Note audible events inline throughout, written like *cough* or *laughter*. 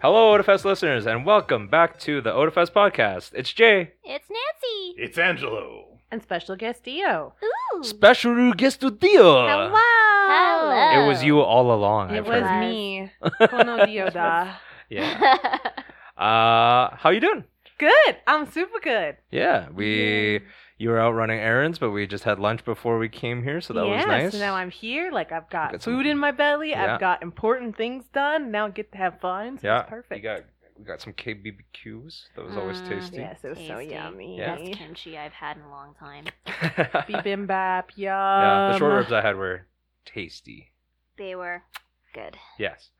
Hello, OdaFest listeners, and welcome back to the OdaFest podcast. It's Jay. It's Nancy. It's Angelo. And special guest Dio. Ooh. *laughs* Special guest Dio. Hello. Hello. Uh, It was you all along. It I've was heard. me. *laughs* Kono Dioda. Yeah. Uh, how you doing? Good. I'm super good. Yeah, we you were out running errands, but we just had lunch before we came here, so that yeah, was nice. So now I'm here. Like I've got, Got some- food in my belly. Yeah. I've got important things done. Now I get to have fun. So yeah, it's You perfect. got we got some KBBQs. That was always Mm, tasty. *laughs* yes, it was so Tasty. yummy. Yeah. Best kimchi I've had in a long time. Bibimbap. *laughs* Yum. yeah, the um, short ribs I had were tasty. They were good. Yes.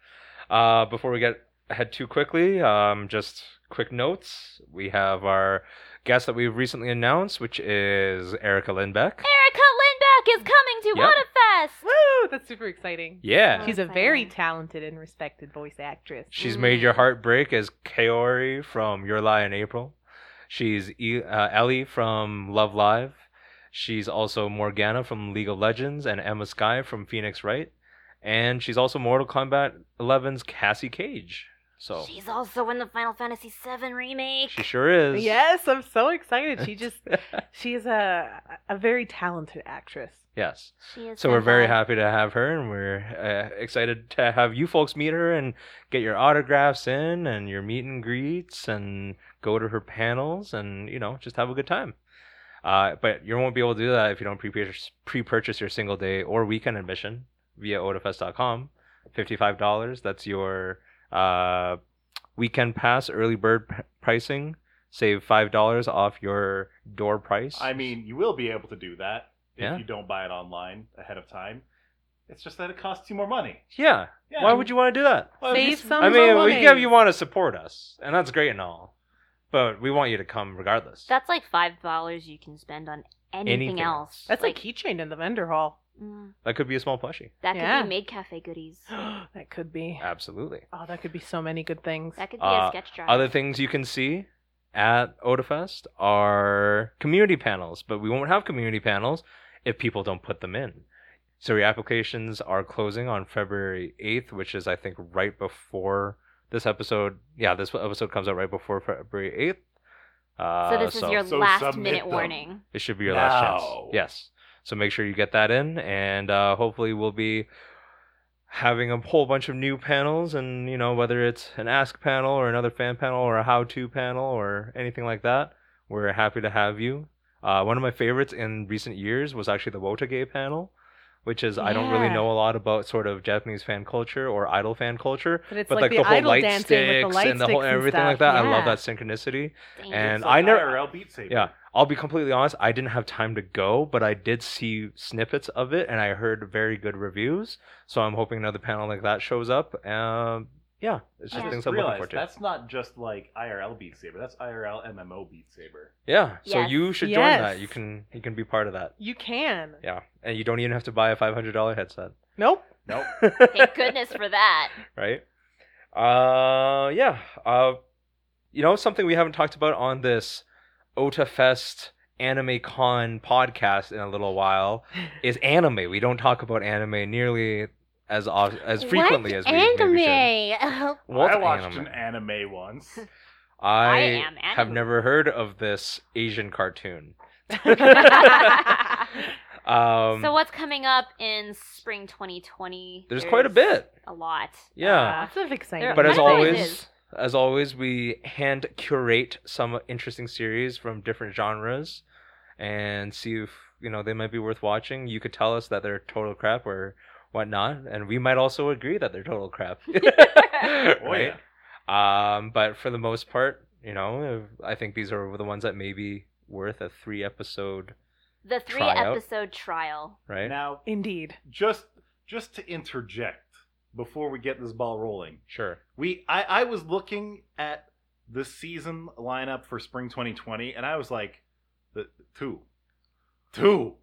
Uh, before we get ahead too quickly, um, just quick notes. We have our guest that we've recently announced, which is Erica Lindbeck. Erica Lindbeck is coming to Yep. Waterfest. Woo! That's super exciting. Yeah. She's a Exciting. very talented and respected voice actress. She's made your heart break as Kaori from Your Lie in April. She's E- uh, Ellie from Love Live. She's also Morgana from League of Legends and Emma Sky from Phoenix Wright. And she's also Mortal Kombat 11's Cassie Cage. So She's also in the Final Fantasy VII remake. she sure is. Yes, I'm so excited. She *laughs* just she's a a very talented actress. Yes. She is So we're very fantastic. happy to have her, and we're uh, excited to have you folks meet her and get your autographs in, and your meet and greets, and go to her panels, and you know just have a good time. Uh, but you won't be able to do that if you don't pre-purchase, pre-purchase your single day or weekend admission via odafest.com. Fifty-five dollars. That's your uh, weekend pass, early bird p- pricing. Save five dollars off your door price. I mean, you will be able to do that if Yeah. you don't buy it online ahead of time. It's just that it costs you more money. yeah. Yeah. Why would you want to do that? Well, Save just- some Oh, I mean, we money. give you want to support us, and that's great and all, but we want you to come regardless. That's like five dollars you can spend on anything, Anything. else. That's a keychain in the vendor hall. *gasps* mm, that could be a small plushie. that could Yeah. be maid cafe goodies. that could be. Absolutely. Oh, that could be so many good things. That could be Uh, a sketch drive. Other things you can see at OdaFest are community panels, but we won't have community panels if people don't put them in. So your applications are closing on February 8th, which is, I think, right before this episode. Yeah, this episode comes out right before February 8th. Uh, so this is your so last submit minute them. warning. It should be your last chance. Now. Yes. So make sure you get that in, and uh, hopefully we'll be having a whole bunch of new panels, and you know whether it's an ask panel or another fan panel or a how-to panel or anything like that, we're happy to have you. Uh, one of my favorites in recent years was actually the Wotage panel, which is I don't really Yeah. know a lot about sort of Japanese fan culture or idol fan culture, But it's but like, the, whole idol light dancing sticks with the light and the whole sticks and everything stuff. like that. I love Yeah. that synchronicity. Dang. And It's I like never- IRL Beat Saber. Yeah, I'll be completely honest. I didn't have time to go, but I did see snippets of it, and I heard very good reviews. So I'm hoping another panel like that shows up. Um, yeah, it's just Yeah. things Just I'm looking realize forward to. that's not just like IRL Beat Saber. That's IRL MMO Beat Saber. Yeah, so Yes. you should join Yes. that. You can you can be part of that. You can. Yeah, and you don't even have to buy a five hundred dollar headset. Nope. *laughs* Nope. Thank goodness for that. right? Uh, yeah. Uh, you know something we haven't talked about on this OtaFest Anime Con podcast in a little while is anime. We don't talk about anime nearly as of, *laughs* as frequently as we maybe should. anime? What's I watched anime? an anime *laughs* once. Oh, I, I am have anime. never heard of this Asian cartoon. *laughs* *laughs* um, so what's coming up in spring 2020? there's quite a bit. A lot. Yeah. Uh, Lots of Ah, exciting. There- But I as know it always, is. as always, we hand curate some interesting series from different genres, and see if you know they might be worth watching. You could tell us that they're total crap or whatnot, and we might also agree that they're total *laughs* crap. *laughs* Oh yeah. Right? Um, but for the most part, you know, I think these are the ones that may be worth a three episode, the three Tryout. episode trial. right? Now, Indeed. just just to interject before we get this ball rolling, sure. We I, I was looking at the season lineup for spring 2020 and I was like the two. Two.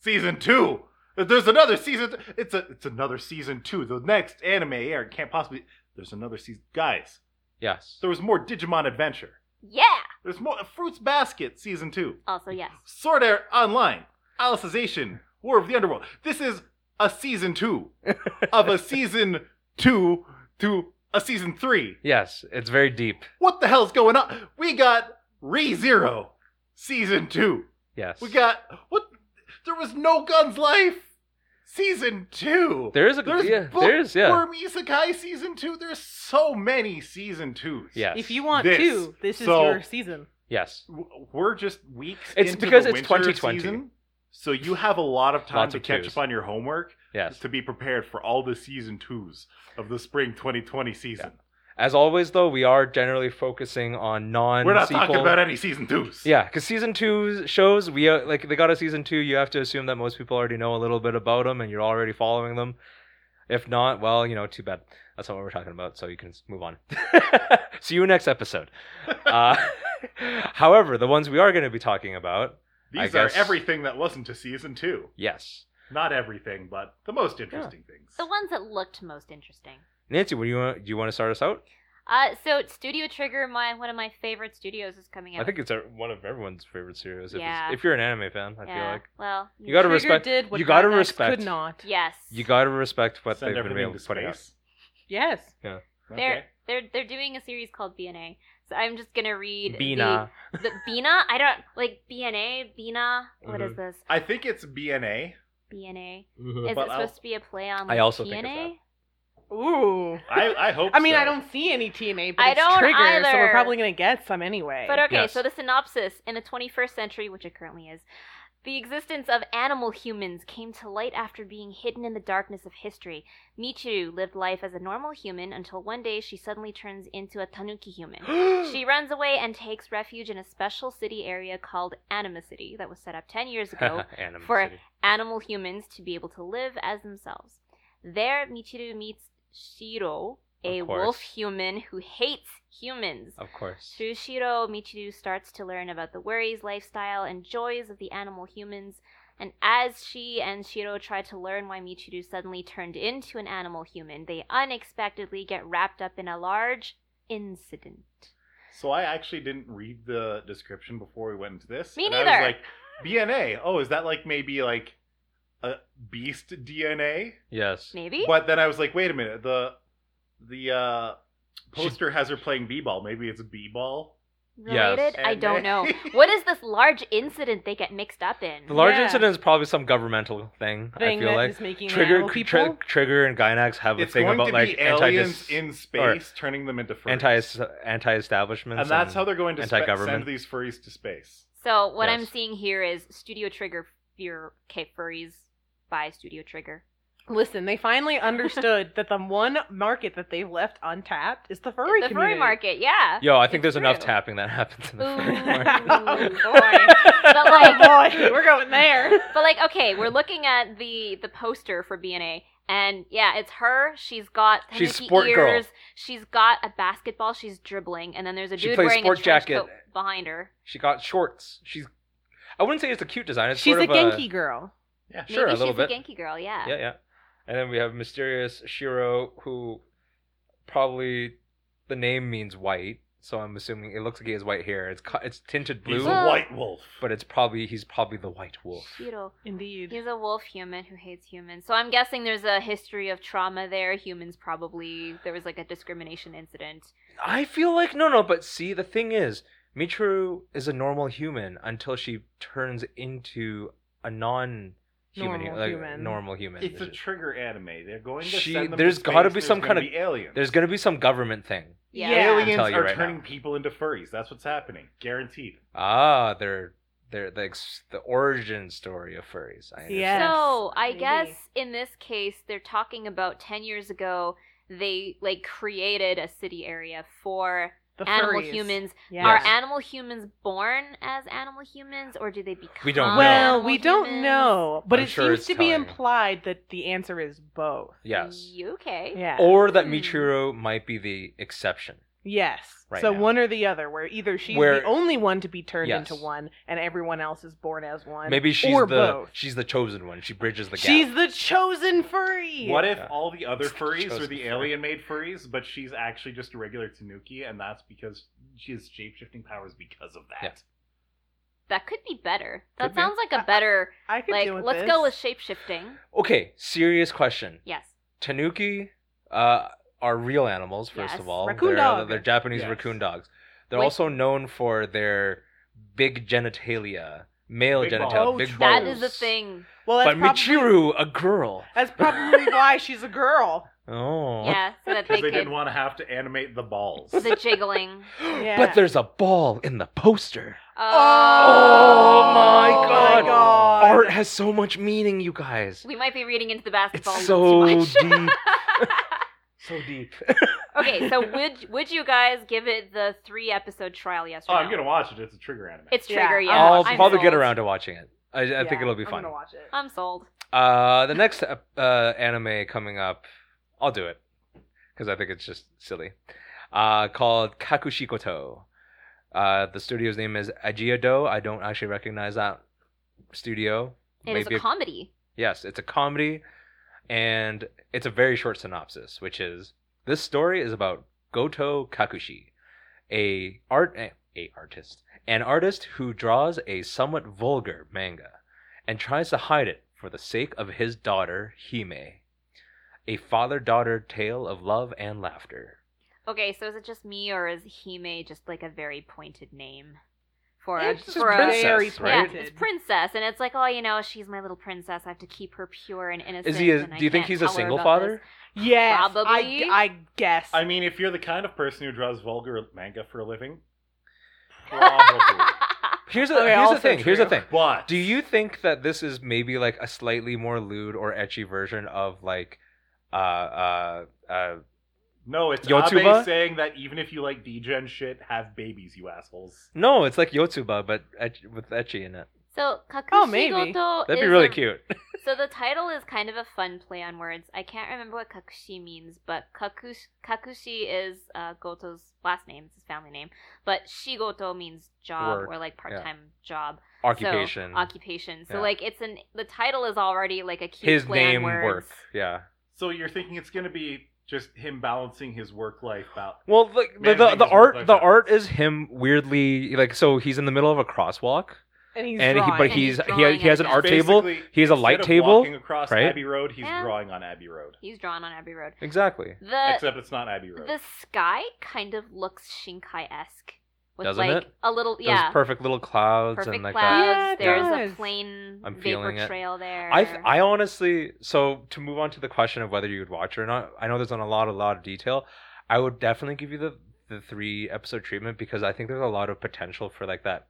Season 2. There's another season it's a it's another season 2. The next anime air can't possibly There's another season guys. Yes. There was more Digimon Adventure. Yeah. There's more Fruits Basket season 2. Also yes. Sword Art Online. Alicization. War of the Underworld. This is a season 2 of a season 2 to a season three. Yes, it's very deep. What the hell's going on? We got Re Zero season two. Yes. We got what? There was no Guns Life season two. There is a There's yeah, Bookworm there is yeah. Isekai season two. There's so many season twos. Yes. If you want This. to, this is So- your season. Yes. W- We're just weeks. It's into because the it's winter 2020. season, so you have a lot of time Lots to of catch twos. up on your homework Yes. to be prepared for all the season twos of the spring 2020 season. As always though, we are generally focusing on non We're not talking about any season twos. Yeah, because season two shows we uh, like they got a season two. You have to assume that most people already know a little bit about them and you're already following them. If not, well, you know, too bad. That's not what we're talking about. So you can s- move on. *laughs* See you next *laughs* episode. Uh, however, the ones we are going to be talking about, I These are guess- everything that wasn't a season two. yes. Not everything, but the most interesting things. The ones that looked most interesting. Nancy, what do you want, do you want to start us out? Uh, so Studio Trigger, my one of my favorite studios, is coming out. I think it's a, one of everyone's favorite series. If, it's- Yeah. if you're an anime fan, I yeah. feel like Well, you got to Trigger respect. Did what you gotta Gainax respect- Could not. yes. You got to respect what Send they've been everything able to to put out. space. Yes. They're Okay. they're they're doing a series called BNA. So I'm just gonna read Bina. the, the Bina. I don't like BNA. Bina. What Mm-hmm. is this? I think *laughs* it's BNA. BNA. Mhm. Is But it I'll- supposed to be a play on? I like, also think TNA? it's Ooh. *laughs* I, I hope I mean, so. I don't see any TNA, but I it's don't Trigger, so either. we're probably gonna get some anyway. But okay, Yes. so the synopsis in the 21st century, which it currently is, the existence of animal humans came to light after being hidden in the darkness of history. Michiru lived life as a normal human until one day she suddenly turns into a tanuki human. *gasps* *gasps* she runs away and takes refuge in a special city area called Anima City that was set up 10 *laughs* years ago Anime for- City. animal humans to be able to live as themselves. There, Michiru meets Shiro, a Of course. wolf human who hates humans. Of course. Through Shiro, Michiru starts to learn about the worries, lifestyle, and joys of the animal humans. And as she and Shiro try to learn why Michiru suddenly turned into an animal human, they unexpectedly get wrapped up in a large incident. So I actually didn't read the description before we went into this. Me and I neither. was like, BNA. Oh, is that like maybe like a beast DNA? Yes. Maybe? But then I was like, wait a minute. The the uh, poster has her playing b-ball. Maybe it's b-ball. Related? Yes. I *laughs* don't know. Anime. what is this large incident they get mixed up in? The large Yeah. incident is probably some governmental thing. I thing feel that like is making the Trigger, animal people. tri- Trigger, and Gynax have a It's thing going about to like be anti aliens in space turning them into furries. anti anti establishments, and that's how they're going to spe- anti-government. send these furries to space. So what I'm Yes. seeing here is Studio Trigger Fear okay, Furries by Studio Trigger. Listen, they *laughs* finally understood that the one market that they've left untapped is the furry the community. furry *laughs* market, yeah. Yo, I think It's there's enough true. tapping that happens in the Ooh, furry *laughs* market. boy. But like *laughs* *laughs* Oh boy, Oh, *laughs* we're going there. But like, okay, we're looking at the the poster for BNA, and yeah, it's her. She's got She's Tanuki sport girl. ears. She's got a basketball. She's dribbling, and then there's a She dude plays wearing sport a trench jacket. coat behind her. she got shorts. She's. I wouldn't say it's a cute design. It's She's sort a of Genki girl. Yeah. Sure, Maybe a little she's bit. a Genki girl. Yeah. Yeah, yeah. And then we have mysterious Shiro, who probably the name means white. So I'm assuming it looks like he has white hair. It's cu- it's tinted blue. He's a white wolf. but it's probably he's probably the white wolf. Shiro. Indeed. He's a wolf human who hates humans. So I'm guessing there's a history of trauma there. Humans probably there was like a discrimination incident. I feel like no, no. But see, the thing is, Michiru is a normal human until she turns into a non-human, Normal like human. normal human. It's a trigger anime. They're going to She- send them there's to gotta space. be There's some gonna kind of- be aliens. There's gonna be some government thing. Yeah. I can Aliens tell you are right turning now. people into furries. That's what's happening. Guaranteed. Ah, they're they're the ex- the origin story of furries. I understand. Yeah. Yes, so I maybe. guess in this case, they're talking about ten years ago. They like created a city area for The animal furries. humans. Yes. Are animal humans born as animal humans, or do they become? We don't know. well, animal we don't humans? know, but I'm it sure seems it's to be telling. implied that the answer is both. Yes. You Okay. Yeah. Or that Hmm. Michiru might be the exception. yes. Right so now. one or the other, where either she's Where- the only one to be turned Yes. into one, and everyone else is born as one. Maybe she's or the both. she's the chosen one. She bridges the gap. She's the chosen furry. What if Yeah. all the other It's the furries chosen are the furry. alien made furries, but she's actually just a regular Tanuki, and that's because she has shape shifting powers because of that? Yeah. That could be better. That Could be. sounds like a better. I could like, deal with let's this. go with shape shifting. okay. Serious question. Yes. Tanuki, uh, are real animals. First Yes. of all, Raccoon they're, uh, dog. they're Japanese Yes. raccoon dogs. They're Wait. also known for their big genitalia, male Big genitalia, balls. big balls. That is the thing. Well, that's But probably, Michiru, a girl. that's probably why she's *laughs* a girl. Oh. Yeah, *laughs* so that they, Because they could didn't want to have to animate the *laughs* balls. the *laughs* jiggling. *gasps* Yeah. But there's a ball in the poster. Oh. my Oh God. Uh, God. Art has so much meaning, you guys. We might be reading into the basketball It's so too so much. deep. So deep. *laughs* okay, so would would you guys give it the three episode trial? Yes Oh, or no? I'm gonna watch it. It's a trigger anime. It's Yeah, trigger. Yeah, I'll I'm probably get sold. around to watching it. I, I Yeah, think it'll be I'm fun. gonna watch it. I'm sold. Uh, the next ep- uh, anime coming up, I'll do it because I think it's just silly. Uh, called Kakushikoto. Uh, the studio's name is Ajiado. I don't actually recognize that studio. It is a comedy. Yes, it's a comedy, and it's a very short synopsis, which is this story is about Goto Kakushi, a art eh, a artist, an artist who draws a somewhat vulgar manga, and tries to hide it for the sake of his daughter Hime, a father-daughter tale of love and laughter. Okay, so is it just me or is Hime just like a very pointed name for a, It's just for a princess, very right? Yeah, pointed. it's princess, and it's like, oh, you know, she's my little princess. I have to keep her pure and innocent. Is he? A, and I do you think can't he's a tell her single about father? this. Yes, Probably. I, I guess. I mean, if you're the kind of person who draws vulgar manga for a living, probably. *laughs* Here's a, Okay, here's the also thing. Here's the true. thing. *laughs* but Do you think that this is maybe like a slightly more lewd or etchy version of like uh uh uh No, it's Yotsuba? Abe saying that even if you like D-Gen shit, have babies, you assholes. no, it's like Yotsuba but etch- with etchy in it. *laughs* so Kakushigoto Oh, maybe. That'd be is really a- cute. So the title is kind of a fun play on words. I can't remember what Kakushi means, but Kakush- Kakushi is uh, Goto's last name. It's his family name. But Shigoto means job Work, or like part-time job. Occupation. So, occupation. So Yeah. like it's an the title is already like a cute His play on name words. work. Yeah. So you're thinking it's gonna be just him balancing his work life out. Well, like the Man, the, things the look art like the that. art is him weirdly like so he's in the middle of a crosswalk and he's and he, drawing. but *laughs* And he's he's he, drawing he has an it. art table. Basically, He has a light instead of table. Walking across right? Abbey Road, he's Yeah. drawing on Abbey Road. He's drawn on Abbey Road. Exactly. The Except it's not Abbey Road. the sky kind of looks Shinkai esque with Doesn't like it? a little Those yeah perfect little clouds perfect and like that. clouds. Yeah, it There's does. a plain I'm feeling vapor it. trail there. I th- I honestly so to move on to the question of whether you would watch it or not. I know there's not a lot a lot of detail. I would definitely give you the the three episode treatment because I think there's a lot of potential for like that.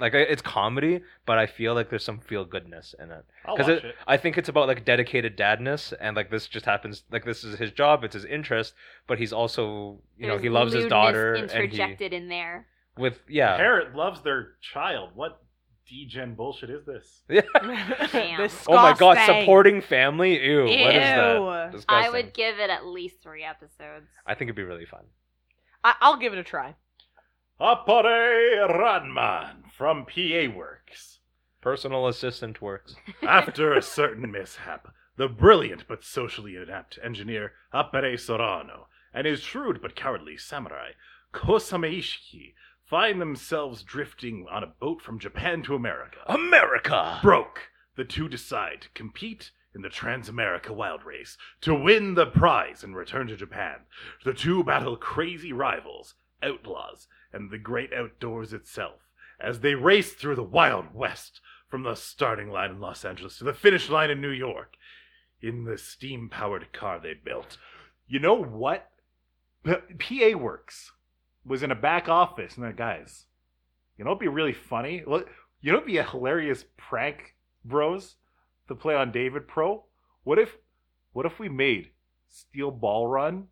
Like I- it's comedy, but I feel like there's some feel goodness in it. I'll watch 'Cause it. I think it's about like dedicated dadness, and like this just happens. Like this is his job, it's his interest, but he's also you know There's he loves his lewdness daughter and he interjected in there. with yeah Parrot loves their child. What D-Gen bullshit is this? *laughs* yeah. Damn. This Oh my scoff god, stank. supporting family. Ew, what is that? Ew. Disgusting. I would give it at least three episodes. I think it'd be really fun. I, I'll give it a try. Apare Ranman from PA Works. Personal assistant works. After a certain mishap, the brilliant but socially inept engineer Appare Sorano and his shrewd but cowardly samurai Kosame Ishiki find themselves drifting on a boat from Japan to America. America. Broke, the two decide to compete in the Transamerica Wild Race to win the prize and return to Japan. The two battle crazy rivals, outlaws, and the great outdoors itself as they race through the Wild West from the starting line in Los Angeles to the finish line in New York in the steam powered car they built. You know what? P- PA Works was in a back office and they're guys, you know it'd be really funny? Look, You know it'd be a hilarious prank, bros, to play on David Pro? What if what if we made Steel Ball Run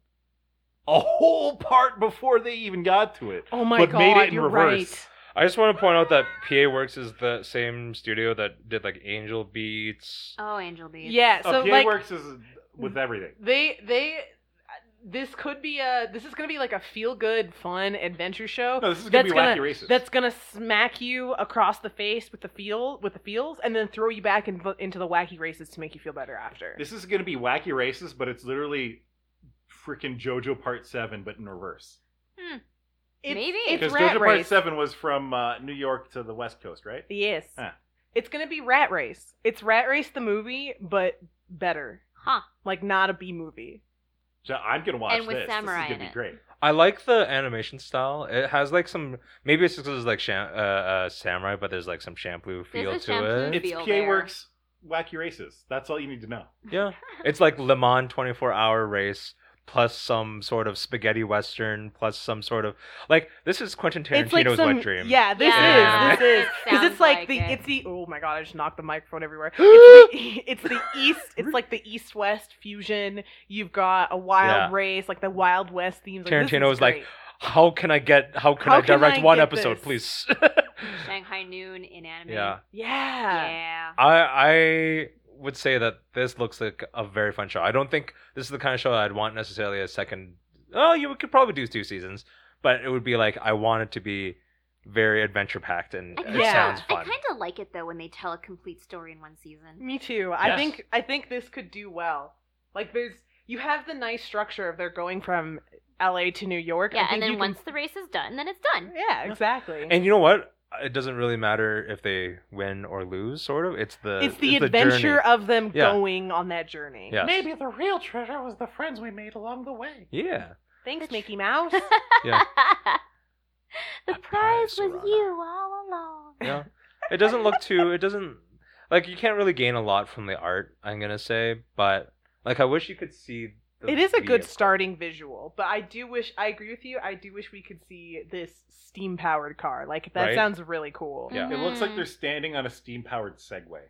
a whole part before they even got to it? Oh my But god, made it in you're reverse. I just want to point out that PA Works is the same studio that did like Angel Beats. Oh, Angel right. Beats. Yeah, so Oh, PA like Works is with everything. they they this could be a this is gonna be like a feel good, fun adventure show. No, this is gonna That's be gonna- wacky racist. That's gonna smack you across the face with the feel with the feels, and then throw you back in, into the wacky races to make you feel better after. This is gonna be wacky racist, but it's literally freaking JoJo Part Seven, but in reverse. It's, Maybe. it's Because rat JoJo Part race. Seven was from uh, New York to the West Coast, right? Yes, Huh. it's gonna be rat race. It's rat race the movie, but better. Huh. Like not a B movie. So I'm gonna watch And with this. samurai this is in gonna it. be great. I like the animation style. It has like some maybe it's because there's like sham, uh, uh, samurai, but there's like some shampoo feel to is shampoo. it. *laughs* It's feel PA there. Works Wacky Races. That's all you need to know. Yeah, it's like Le Mans 24 hour race plus some sort of spaghetti western plus some sort of like this is Quentin Tarantino's it's like some, wet dream. Yeah, this Yeah. *laughs* is this is It because sounds it's like, like the it. it's the oh my god I just knocked the *gasps* microphone everywhere. It's the, it's the east. It's like the east west fusion. You've got a wild Yeah. race, like the wild west themes. Like, this Tarantino is was like, great. How can I get? How can How I can direct I one get episode, this? please? *laughs* Shanghai Noon in anime. yeah, yeah. Yeah. I I would say that this looks like a very fun show. I don't think this is the kind of show that I'd want necessarily a second. Oh, you could probably do two seasons, but it would be like I want it to be very adventure packed and I it kinda, Yeah. sounds fun. I kind of like it though when they tell a complete story in one season. Me too. I Yes. think I think this could do well. Like there's you have the nice structure of they're going from L.A. to New York. I Yeah, think and you then can- once the race is done, then it's done. *laughs* yeah, exactly. And you know what? It doesn't really matter if they win or lose. Sort of, it's the it's the journey. adventure of them Yeah. going on that journey. Yes. Maybe the real treasure was the friends we made along the way. Yeah. Thanks, Mickey *laughs* Mouse. *laughs* Yeah. the That prize prize, was Serana. you all along. *laughs* Yeah. It doesn't look too. It doesn't like you can't really gain a lot from the art. I'm gonna say, but like I wish you could see. The it is a good vehicle. starting visual, but I do wish I agree with you. I do wish we could see this steam powered car. Like that Right? sounds really cool. Yeah. It looks like Mhm. they're standing on a steam powered Segway.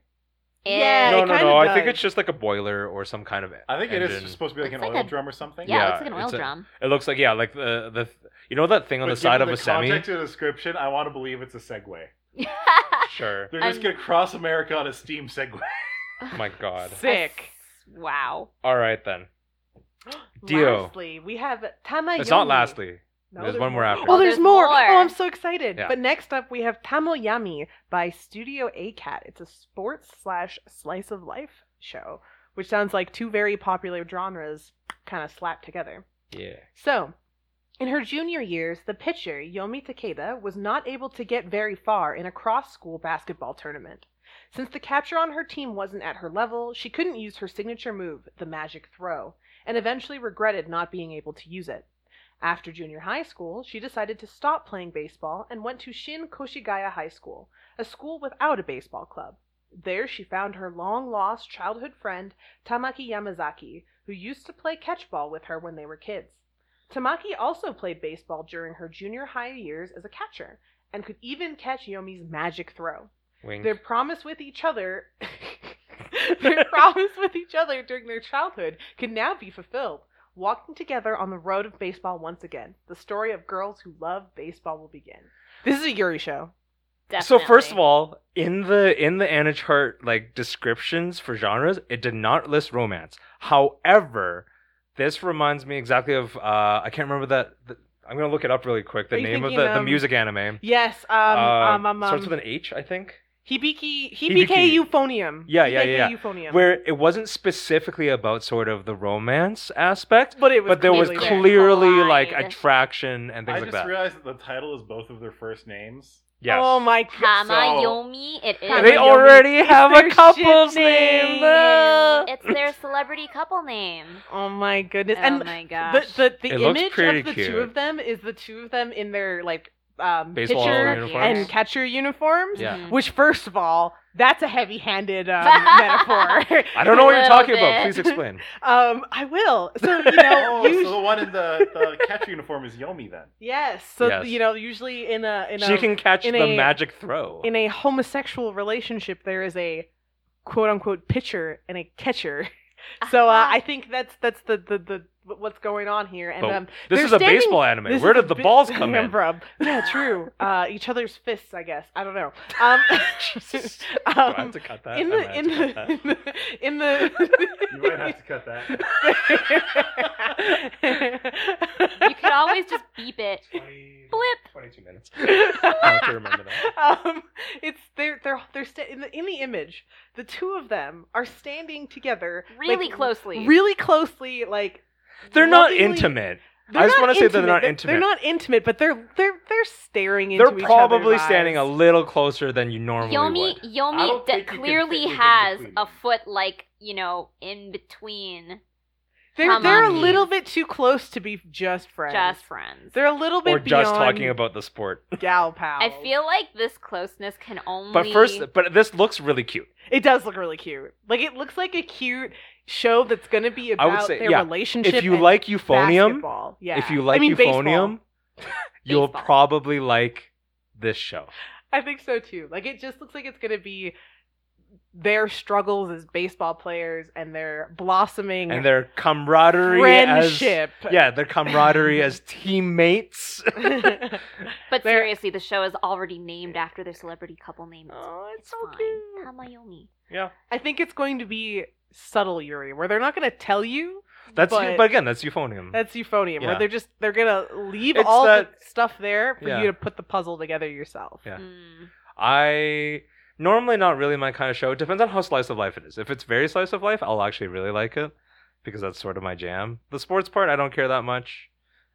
Mm-hmm. Yeah, no, it no, kinda no. I think does. it's just like a boiler or some kind of. I think it engine. is supposed to be like Looks an like oil a- drum or something. Yeah, Yeah, it looks like an oil it's a- drum. It looks like yeah, like the the you know that thing on But the side of given a semi. Context of the description, I want to believe it's a Segway. Sure. They're just I'm- gonna cross America on a steam Segway. *laughs* Oh my God. *laughs* Sick. Wow. All right then. Mm. Dio. Lastly, we have Tamayomi. It's not lastly. There's one more after. Oh, there's, more. more. Oh, I'm so excited. Yeah. But next up, we have Tamoyami by Studio ACAT. It's a sports slash slice of life show, which sounds like two very popular genres kind of slapped together. Yeah. So, in her junior years, the pitcher, Yomi Takeda, was not able to get very far in a cross school basketball tournament. Since the catcher on her team wasn't at her level, she couldn't use her signature move, the magic throw, and eventually regretted not being able to use it. After junior high school, she decided to stop playing baseball and went to Shin Koshigaya High School, a school without a baseball club. There she found her long lost childhood friend, Tamaki Yamazaki, who used to play catchball with her when they were kids. Tamaki also played baseball during her junior high years as a catcher and could even catch Yomi's magic throw. Wink. Their promise with *laughs* each other their promise with each other during their childhood can now be fulfilled. Walking together on the road of baseball once again, the story of girls who love baseball will begin. This is a Yuri show. So first Definitely. of all, in the in the Anna chart like descriptions for genres, it did not list romance. However, this reminds me exactly of uh I can't remember that. The, I'm gonna look it up really quick. The Are you name of thinking, the, the um, music anime. Yes, um, Uh, um, um, um, starts with an H, I think. Hibiki, Hibiki, Hibiki. Euphonium. Yeah, yeah, Hibiki yeah, yeah. Euphonium. Where it wasn't specifically about sort of the romance aspect, but it was but there was clearly there. clearly like Collide. attraction and things I like just that. realized that the title is both of their *laughs* first names. yes. Oh my god. Hamayomi, it is. And they *laughs* Yomi already is have their a couple's ship name. name. Ah. It's their celebrity couple name. Oh my goodness. oh and my the gosh. the, the It looks image pretty of the cute. two of them is the two of them in their like um Baseball pitcher uniforms. and catcher uniforms. Yeah. *laughs* Mhm. Which, first of all, that's a heavy-handed um, metaphor. I don't know what you're Little talking about. bit. Please explain. *laughs* Um, I will. So you know, *laughs* Oh, usu- so the one in the, the catcher uniform is Yomi then. yes. So Yes. you know, usually in a in a she can catch in the a- magic throw. in a homosexual relationship, there is a quote-unquote pitcher and a catcher. *laughs* So uh, I think that's that's the, the the what's going on here. And But um, this they're is a standing- baseball anime. This Where is did a the bit- balls *laughs* come in? from? Yeah, *laughs* true. Uh, each other's fists, I guess. I don't know. Um, Jesus. *laughs* Do I have *laughs* um, to cut that? in I might the in have to cut the *laughs* in the. You might have to cut that. *laughs* you could always just beep it. that. 22 *laughs* minutes. I have to Blip. remember that. um, it's they're they're they're sta- in the in the image. The two of them are standing together, like, Really closely. really closely, like They're not lovingly- intimate. They're I just not wanna say they're not They're intimate. not intimate, but they're they're they're staring into They're each probably other's standing a eyes. little closer than you normally Yomi would. I Yomi don't de- think you can fit clearly anything has between a them. foot like, you know, in between They're Come they're a on, little Heath. bit too close to be just friends. Just friends. They're a little bit or just beyond talking about the sport. *laughs* gal pals. I feel like this closeness can only. But first, but this looks really cute. it does look really cute. Like it looks like a cute show that's going to be I about would say, their yeah, relationship. If you and like euphonium, basketball. yeah. if you like I mean, baseball. *laughs* euphonium, you'll Baseball. probably like this show. I think so too. Like it just looks like it's going to be their struggles as baseball players and their blossoming and their camaraderie friendship. as *laughs* yeah, their camaraderie as teammates. *laughs* but they're- seriously, the show is already named after their celebrity couple name. It's oh, it's It's so fine. cute. Tamayomi. yeah, I think it's going to be subtle Yuri, where they're not going to tell you that's But- but, again, that's euphonium. that's euphonium, Yeah. where they're just they're going to leave It's all that- the stuff there for Yeah. you to put the puzzle together yourself. Yeah. Mm. I normally not really my kind of show. It depends on how slice of life it is. If it's very slice of life, I'll actually really like it because that's sort of my jam. The sports part, I don't care that much.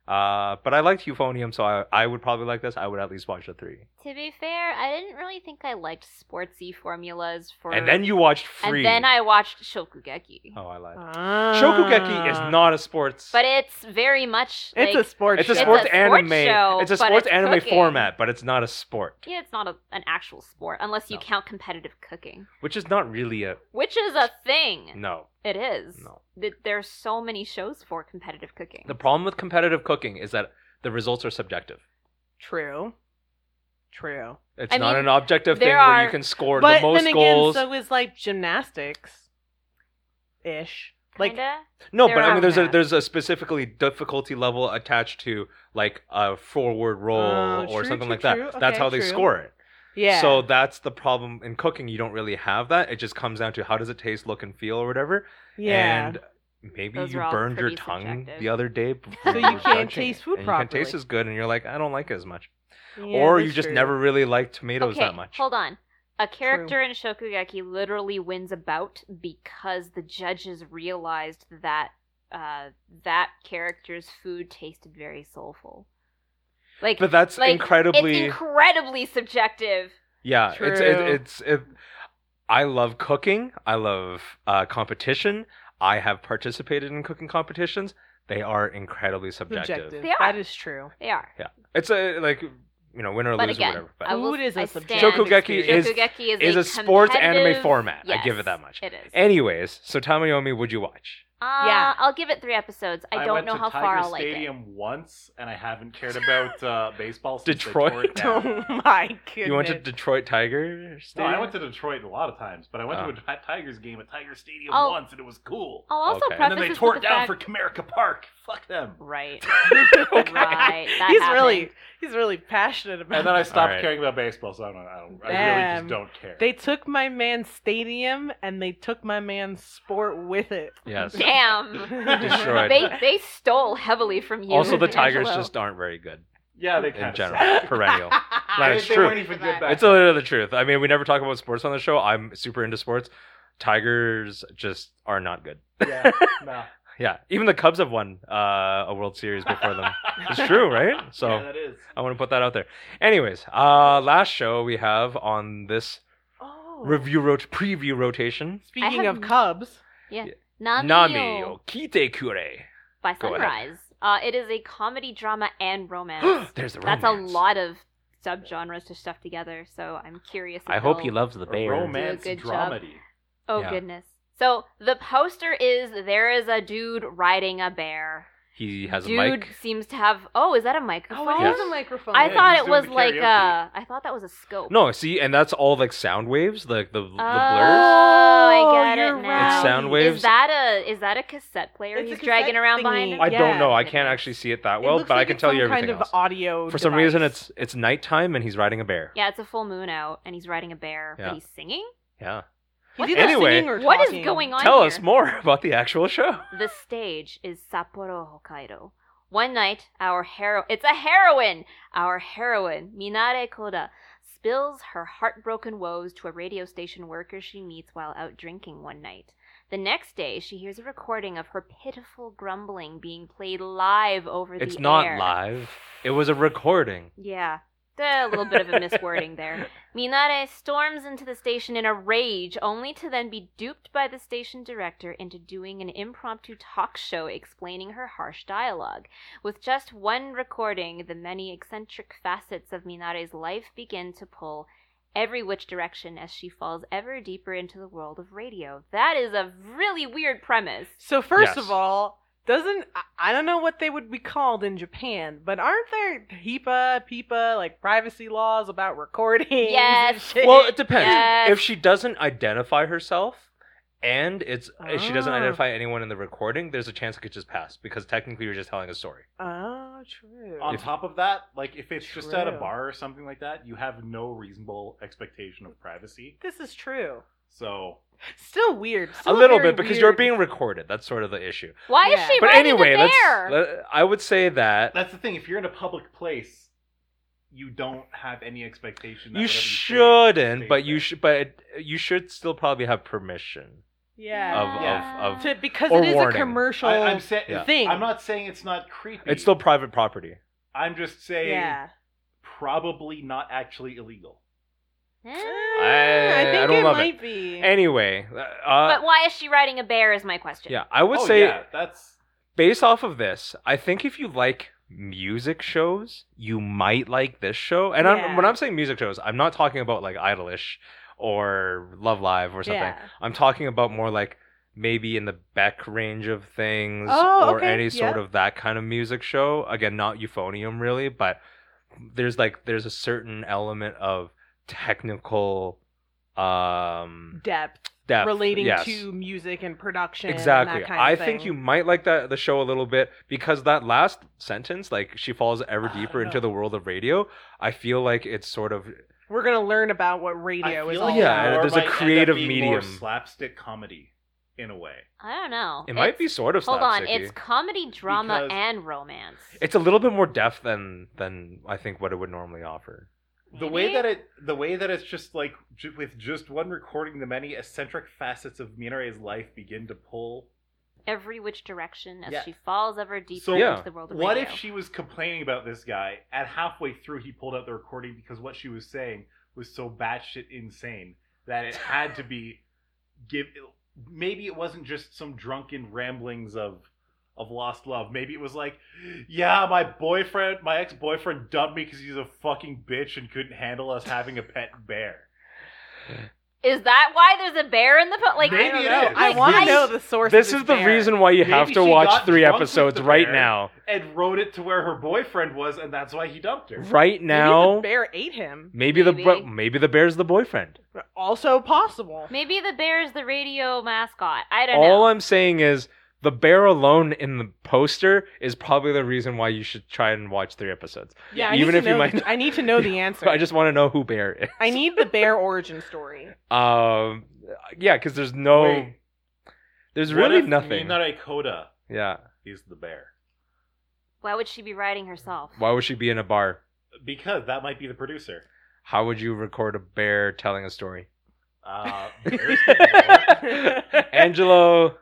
Uh, but I liked euphonium, so I, I would probably like this. I would at least watch the three. To be fair, I didn't really think I liked sportsy formulas for. And then you watched And Free. then I watched Shokugeki. oh, I lied. Ah. Shokugeki is not a sports. But it's very much. Like, It's a sports. it's a show. sports sports anime. show, it's a but sports it's anime cooking. format, but it's not a sport, Yeah, it's not a, an actual sport unless you No. count competitive cooking, which is not really a which is a thing. no. It is. No. Th- There's so many shows for competitive cooking. The problem with competitive cooking is that the results are subjective. True. True. It's I not mean, an objective thing there where you are- can score but the most then again, goals. so is like gymnastics ish. Like Kinda. no, there but I mean, are there's a that. there's a specifically difficulty level attached to like a forward roll Oh, or true, something true, like that. true. That's Okay, how they true. score it. yeah. So that's the problem in cooking. You don't really have that. It just comes down to how does it taste, look, and feel, or whatever. yeah. And maybe Those you are all burned your pretty tongue subjective. the other day. before So were you can't judging taste it, food and you can't taste properly. as good, and you're like, I don't like it as much. Yeah, or that's you just true. never really like tomatoes okay, that much. Hold on. A character in Shokugeki literally wins a bout because the judges realized that uh, that character's food tasted very soulful. Like, But that's like, incredibly. it's incredibly subjective. Yeah, it's it, True. it's it, I love cooking. I love uh, competition. I have participated in cooking competitions. They are incredibly subjective. Subjective. They are. That is true. They are. It's a like you know win or But lose again, or whatever. But I will, Food is a I subjective stand- Shokugeki is- Shokugeki is a, a sports anime competitive- format. I give it that much. It is. anyways, so Tamayomi, would you watch? uh, Yeah. I'll give it three episodes. *laughs* I don't went know to how Tiger far I'll like it. Stadium once, and I haven't cared *laughs* about uh, baseball since Detroit? They tore it down. *laughs* Oh my goodness. You went to *laughs* Detroit Tiger No, Stadium. I went to Detroit a lot of times, but I went Oh. to a Ti- Tigers game at Tiger Stadium Oh. once, and it was cool. I'll also Okay. And preface and then they this tore with it the down fact- for Comerica Park. Fuck them. *laughs* *laughs* right. Okay. Right, that he's happened. really he's really passionate about. And then I it. stopped Alright. caring about baseball, so I don't. I, don't, I really Damn. just don't care. They took my man's stadium and they took my man's sport with it. *laughs* Yes. Damn. Destroyed. They they stole heavily from you. Also, *laughs* *laughs* the Tigers Angelo. just aren't very good *laughs* yeah, they kind in of general. *laughs* Perennial. They, Oh. That they is true. weren't even good back. It's a little of the truth. I mean, we never talk about sports on the show. I'm super into sports. Tigers just are not good. *laughs* then. yeah, no. Yeah, even the Cubs have won uh, a World Series before them. It's true, right? So *laughs* yeah, that is. I want to put that out there. Anyways, uh, last show we have on this Oh. review rot- preview rotation. Speaking have of n- Cubs, Nami Nami yo o Kite Kure. by Go ahead. Sunrise. Uh, it is a comedy, drama, and romance. *gasps* There's the romance. That's a lot of subgenres to stuff together. So I'm curious. if I hope they'll- he loves the A bear. romance Do a good job. dramedy. Oh Yeah. goodness. So the poster is there is a dude riding a bear. He has dude a mic. seems to have. Oh, is that a microphone? oh, it Yes. is a microphone. I Yeah, thought he's it doing was the like karaoke. a. I thought that was a scope. No, see, and that's all like sound waves, like the, the Oh, blurs. I get Oh, you're it right. now. It's sound waves. Is that a is that a cassette player It's a he's dragging cassette around thingy. behind him? I Yeah. don't know. I can't actually see it that It well, looks but I like can it's tell you some everything kind of else. audio. For some reason, device. it's it's nighttime and he's riding a bear. Yeah, it's a full moon out, and he's riding a bear, Yeah. but he's singing. Yeah. He's either Anyway, singing or What is talking. going on? Tell here? us more *laughs* about the actual show. The stage is Sapporo, Hokkaido. One night, our hero it's a heroine! Our heroine, Minare Koda, spills her heartbroken woes to a radio station worker she meets while out drinking one night. The next day, she hears a recording of her pitiful grumbling being played live over It's the not air. live. It was a recording. Yeah. A little bit of a miswording *laughs* there. Minare storms into the station in a rage, only to then be duped by the station director into doing an impromptu talk show explaining her harsh dialogue. With just one recording, the many eccentric facets of Minare's life begin to pull every which direction as she falls ever deeper into the world of radio. That is a really weird premise. So first Yes. of all, doesn't I- I don't know what they would be called in Japan, but aren't there HIPAA, PIPA, like privacy laws about recording? Yes. Well, it depends. Yes. If she doesn't identify herself, and it's if she doesn't Ah. identify anyone in the recording, there's a chance it could just pass because technically you're just telling a story. Oh, true. On top of that, like if it's just at a True. bar or something like that, you have no reasonable expectation of privacy. this is true. So Still weird. a still little very bit because you're weird. being recorded. That's sort of the issue. Why Yeah. is she But riding anyway, a let's. bear? let- I would say that that's the thing. If you're in a public place, you don't have any expectation. That you whatever say shouldn't, stays but you there. should, but you should still probably have permission yeah. of of of. To- because or it is warning. a commercial I, I'm saying Yeah. thing. I'm not saying it's not creepy. It's still private property. I'm just saying Yeah. probably not actually illegal. Huh? Eh, I, think I don't it love it. might be. Anyway, uh, But why is she riding a bear is my question. yeah, I would oh say yeah, that's based off of this, I think if you like music shows, you might like this show. And I'm, Yeah. when I'm saying music shows, I'm not talking about like Idolish or Love Live or something. Yeah. I'm talking about more like maybe in the Beck range of things Oh, or okay, any sort yeah. of that kind of music show. Again, not euphonium really, but there's like there's a certain element of technical um Depth depth relating yes. to music and production. and that Exactly. kind of I think thing. you might like that the show a little bit because that last sentence, like she falls ever I Oh, don't deeper into know. the world of radio. I feel like it's sort of We're gonna learn about what radio I is feel all like Yeah, about. horror there's a might end up creative being more medium. slapstick comedy in a way. I don't know. it might be It's- sort of Hold on, slapsticky. it's comedy, drama, Because- and romance. It's a little bit more depth than than I think what it would normally offer. The way Maybe? that it, the way that it's just like ju- with just one recording, the many eccentric facets of Minare's life begin to pull. every which direction as Yeah. she falls ever deeper So- Yeah. into the world of What radio. if she was complaining about this guy, and halfway through he pulled out the recording because what she was saying was so batshit insane that it had to be give. Maybe it wasn't just some drunken ramblings of of lost love. Maybe it was like, yeah, my boyfriend, my ex boyfriend, dumped me because he's a fucking bitch and couldn't handle us having a pet bear. is that why there's a bear in the po- like Maybe I don't it know. is. I Like, want why- to know the source. This of is the bear. reason why you Maybe have to she watch got three drunk with episodes the right bear. now. and wrote it to where her boyfriend was, and that's why he dumped her. Right Maybe now, the bear ate him. maybe the Maybe. maybe. maybe the bear's the boyfriend. Also possible. Maybe the bear is the radio mascot. I don't All know. I'm saying is the bear alone in the poster is probably the reason why you should try and watch three episodes. Yeah, I even need if to you know might- the- I need to know the *laughs* answer. I just want to know who Bear is. I need the bear origin *laughs* story. Um, yeah, because there's no, Wait, there's what really if nothing. Minare Koda yeah, is the bear Why would she be riding herself? why would she be in a bar? because that might be the producer. How would you record a bear telling a story? *laughs* Uh, bears can walk. Angelo,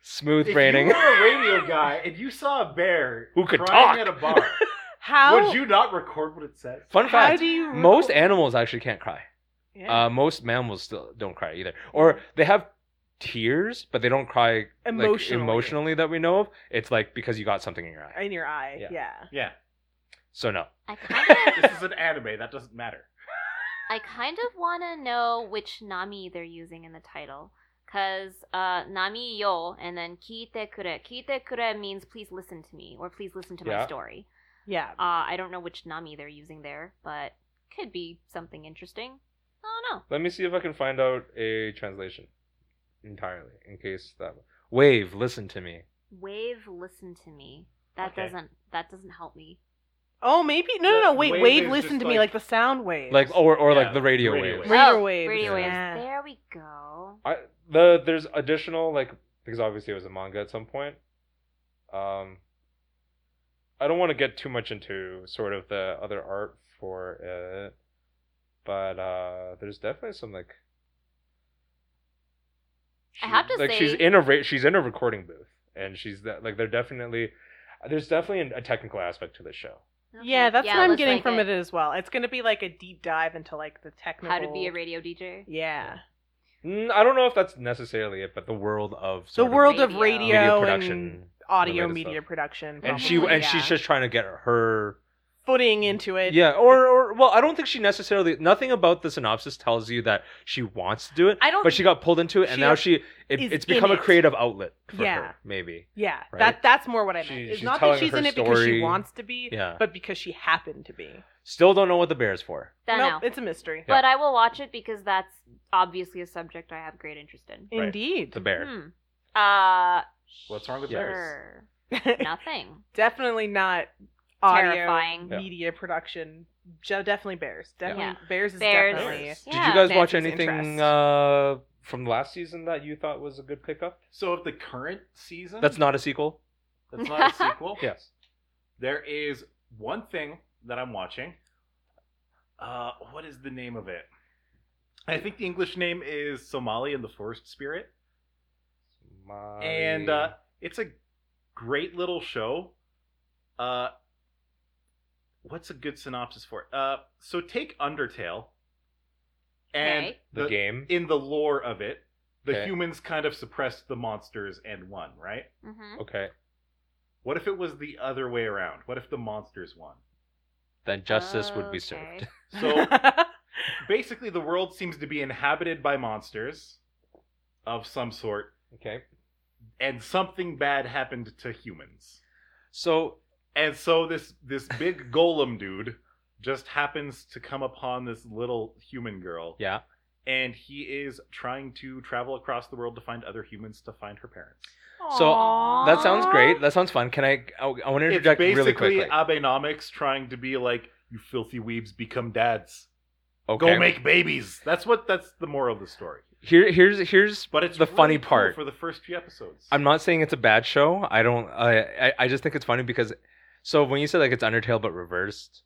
smooth if braining. you were a radio guy and you saw a bear Who could crying talk. at a *laughs* bar, How? would you not record what it says? *laughs* Fun how fact: do you? most animals actually can't cry. Yeah. Uh, most mammals still don't cry either, or they have tears, but they don't cry Emotionally. like emotionally that we know of. It's like because you got something in your eye. in your eye. Yeah. Yeah. Yeah, *laughs* So no. I kind of this is an anime. That doesn't matter. I kind of want to know which Nami they're using in the title. Because uh, Nami yo and then kite kure. Kite kure means please listen to me or please listen to Yeah. my story. Yeah. Uh, I don't know which Nami they're using there, but could be something interesting. I don't know. Let me see if I can find out a translation entirely in case that wave. Listen to me. Wave, listen to me. That Okay. doesn't that doesn't help me. Oh, maybe no, no, no. The Wait, wave wave, is listen just to me like- like the sound waves. Like oh. or or Yeah, like the radio, radio waves. waves. radio Oh, waves. Radio waves. yeah. There we go. I, the there's additional like because obviously it was a manga at some point. Um, I don't want to get too much into sort of the other art for it, but uh, there's definitely some like. I have to like she's say- in a ra- she's in a recording booth and she's that like they're definitely there's definitely an- a technical aspect to this show Yeah, that's Yeah, what I'm looks getting like from it. it as well. It's going to be like a deep dive into like the technical How to be a radio DJ. Yeah. Mm, I don't know if that's necessarily it, but the world of The sort of world of radio. radio, media and production, audio related media stuff. production. and she probably, and yeah. she's just trying to get her footing into it. yeah or or well i don't think she necessarily nothing about the synopsis tells you that she wants to do it I don't but she got pulled into it and she now she it, is it's in become a it. creative outlet for Yeah. her maybe Yeah, Right? that that's more what I meant. She- it's she's not that telling she's her in it because she story. wants to be, yeah but because she happened to be. still don't know what the bear's for Don't nope, know. it's a mystery. But I will watch it because that's obviously a subject I have great interest in. Right. Indeed. the *laughs* bear Hmm. Uh, What's wrong with Yeah. bears? sure. Nothing. definitely not *laughs* audio Terrifying. Yeah. media production. Jo- definitely bears. Definitely bears is Bears. definitely. Bears. did Yeah, you guys watch Nancy's anything interest. uh from last season that you thought was a good pickup So if the current season that's not a sequel that's *laughs* not a Oh. sequel. yes There is one thing that I'm watching. Uh, what is the name of it? I think the English name is Somali and the Forest Spirit, and uh, it's a great little show. Uh, what's a good synopsis for it? Uh, so take Undertale, and Okay. the, game in the lore of it, the Okay. humans kind of suppressed the monsters and won, right? hmm okay What if it was the other way around? What if the monsters won? then justice would be Okay. served *laughs* *laughs* So basically, the world seems to be inhabited by monsters of some sort, okay and something bad happened to humans. so And so this this *laughs* big golem dude just happens to come upon this little human girl, yeah and he is trying to travel across the world to find other humans to find her parents. So, Aw. that sounds great that sounds fun can i i, I want to It's interject basically uh, really quickly Abenomics trying to be like, "You filthy weebs, become dads, okay go make babies." That's what that's the moral of the story. here here's here's But it's The really funny cool part. for the first few episodes. I'm not saying it's a bad show. I don't. I I, I just think it's funny because, so when you say like it's Undertale but reversed,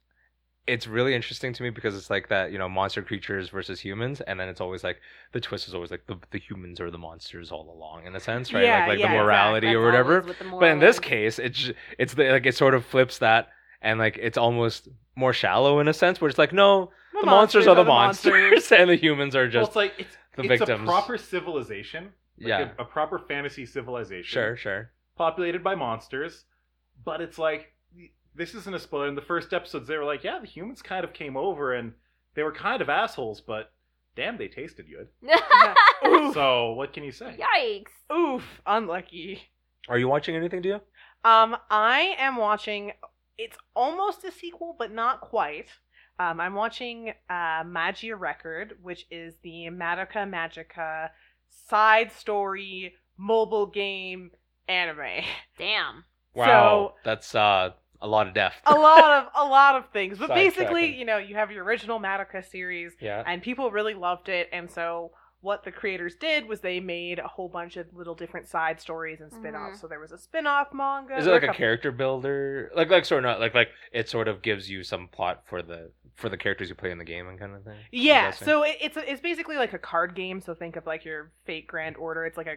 it's really interesting to me because it's like that you know monster creatures versus humans, and then it's always like the twist is always like the, the humans are the monsters all along in a sense, right? Yeah, like like yeah, the exactly. morality That's or whatever. always what the But in this moral case, is. it's ju- it's the, like it sort of flips that, and like it's almost more shallow in a sense where it's like no, the, monsters, are the monsters, *laughs* and the humans are well, just it's like it's, the it's a victims. proper civilization, like yeah, a, a proper fantasy civilization, sure, sure, populated by monsters. But it's like this isn't a spoiler. In the first episodes, they were like, "Yeah, the humans kind of came over and they were kind of assholes, but damn, they tasted *laughs* good." *laughs* Oof. So what can you say? Yikes. Oof. Unlucky. Are you watching anything, do you? Um, I am watching. It's almost a sequel, but not quite. Um, I'm watching uh, Magia Record, which is the Madoka Magica side story mobile game anime. Damn. Wow, that's uh, a lot of depth. So a lot of a lot of things, but basically, Sidetracking. you know, you have your original Madoka series, *laughs* yeah. and people really loved it, and so. What the creators did was they made a whole bunch of little different side stories and spin-offs. So there was a spin-off manga. Is it there were like a couple- character builder? Like like sort of not like like it sort of gives you some plot for the for the characters you play in the game and kind of thing. I'm Yeah, guessing. so it, it's a, it's basically like a card game. So think of like your Fate Grand Order. It's like a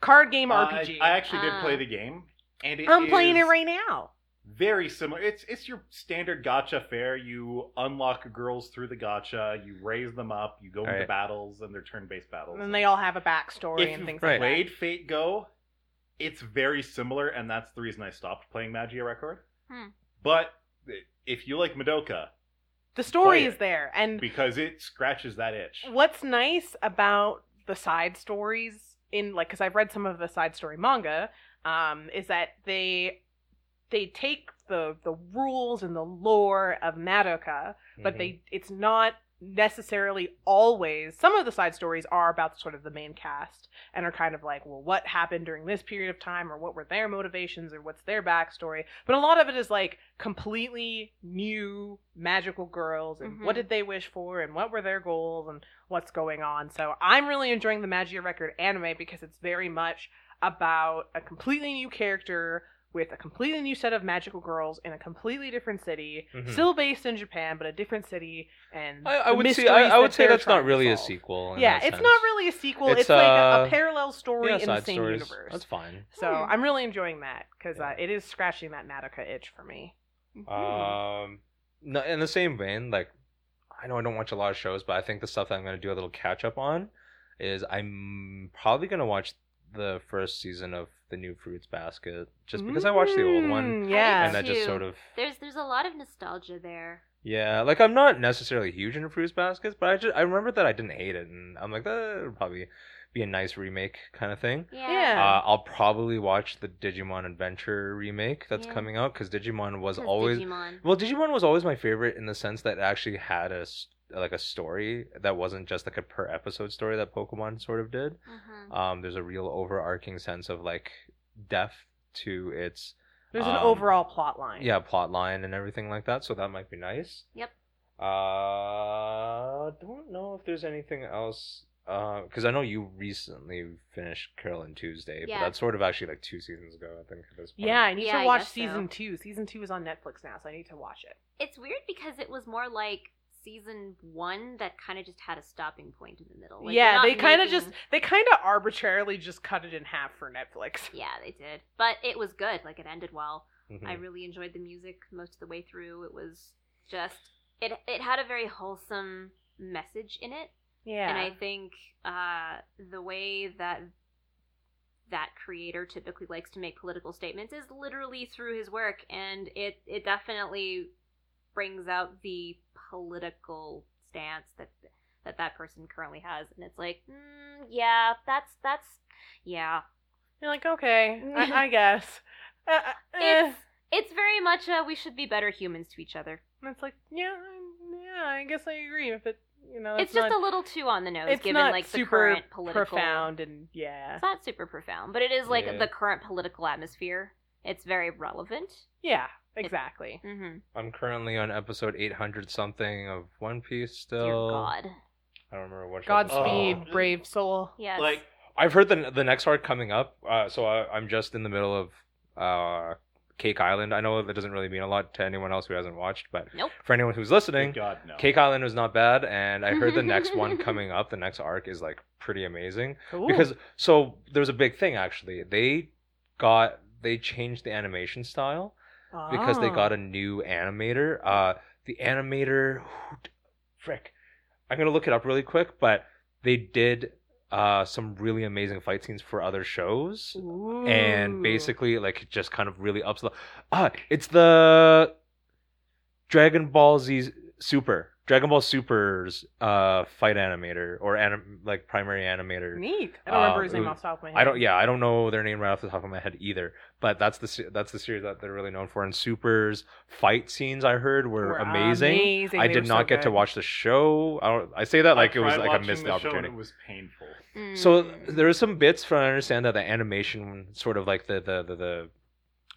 card game Uh, RPG. I actually did Ah. play the game, and it am playing it is right now. Very similar. It's it's your standard gotcha fare. You unlock girls through the gotcha. You raise them up. You go into Right. battles, and they're turn-based battles. And then they all have a backstory if and you've things Right. like that. played Fate Go, it's very similar, and that's the reason I stopped playing Magia Record. Hmm. But if you like Madoka, The story Play is it. there, and because it scratches that itch. what's nice about the side stories in like because I've read some of the side story manga, um, is that they they take the the rules and the lore of Madoka but Mhm. they it's not necessarily always some of the side stories are about sort of the main cast and are kind of like well what happened during this period of time or what were their motivations or what's their backstory but a lot of it is like completely new magical girls and what Mhm. did they wish for and what were their goals and what's going on so i'm really enjoying the magia record anime because it's very much about a completely new character with a completely new set of magical girls in a completely different city, Mhm. still based in Japan, but a different city. And Mm-hmm. I, I the would see. mysteries I, I would that say they're that's trying not to really a solve. sequel. in Yeah, that it's sense. not really a sequel. It's, It's, like a, a uh, parallel story yeah, in the side same stories. universe. That's fine. So Hmm. I'm really enjoying that because Yeah. uh, it is scratching that Madoka itch for me. Mhm. Um, no, in the same vein, like I know I don't watch a lot of shows, but I think the stuff that I'm gonna do a little catch up on is I'm probably gonna watch the first season of the new Fruits Basket just because I watched the old one Mm, I Yeah. and that just Too. sort of There's there's a lot of nostalgia there. yeah, like I'm not necessarily huge into Fruits Baskets, but I just I remember that I didn't hate it, and I'm like that would probably be a nice remake kind of thing. Yeah. Yeah. Uh, I'll probably watch the Digimon Adventure remake that's Yeah. coming out because Digimon was 'Cause always Digimon. well, Digimon was always my favorite in the sense that it actually had a s- like a story that wasn't just like a per episode story that Pokemon sort of did. Mhm. Um, there's a real overarching sense of like depth to its There's an um, overall plot line. yeah plot line and everything like that. So that might be nice. Yep. Uh, don't know if there's anything else. Uh, because I know you recently finished Carol and Tuesday, Yeah. but that's sort of actually like two seasons ago, I think. At this point. Yeah, I need Yeah, I to watch guess so. season two. Season two is on Netflix now, so I need to watch it. It's weird because it was more like season one that kind of just had a stopping point in the middle. Like, yeah, they're they not kind of making- just they kind of arbitrarily just cut it in half for Netflix. *laughs* Yeah, they did, but it was good. Like it ended well. Mhm. I really enjoyed the music most of the way through. It was just it it had a very wholesome message in it. Yeah. And I think uh, the way that that creator typically likes to make political statements is literally through his work, and it it definitely brings out the political stance that that that person currently has, and it's like, mm, yeah, that's that's yeah, You're like, okay, *laughs* I, I guess. Uh, uh, eh. it's it's very much a we should be better humans to each other. And it's like, yeah, I- yeah, I guess I agree. If it, you know, It's, just not, a little too on the nose, it's given not like the super current political profound and yeah, It's not super profound, but it is like Yeah. the current political atmosphere. It's very relevant. yeah, exactly. Mm-hmm. I'm currently on episode 800 something of One Piece still. Dear God. I don't remember what. Godspeed, Oh. brave soul. Yes. Like Oh. I've heard the the next arc coming up. Uh, so I, I'm just in the middle of uh, Cake Island. I know that doesn't really mean a lot to anyone else who hasn't watched, but Nope. for anyone who's thank listening, God no. Cake Island was not bad, and I heard the next *laughs* one coming up, the next arc is like pretty amazing Ooh. because so there was a big thing actually. They got they changed the animation style because they Ah. got a new animator. Uh, the animator, who d- frick, I'm gonna look it up really quick, but they did uh, some really amazing fight scenes for other shows, Ooh. and basically like it just kind of really ups the. Ah, it's the Dragon Ball Z Super. Dragon Ball Super's uh, fight animator or anim- like primary animator. neat. I don't remember Um, his name ooh. off the top of my head. I don't. Yeah, I don't know their name right off the top of my head either. But that's the se- that's the series that they're really known for. And Super's fight scenes I heard were, Were amazing. amazing. I They did were not so get to good. watch the show. I, don't, I say that like it was like a missed It opportunity. was painful. Mm. So there are some bits from I understand that the animation, sort of like the the the, the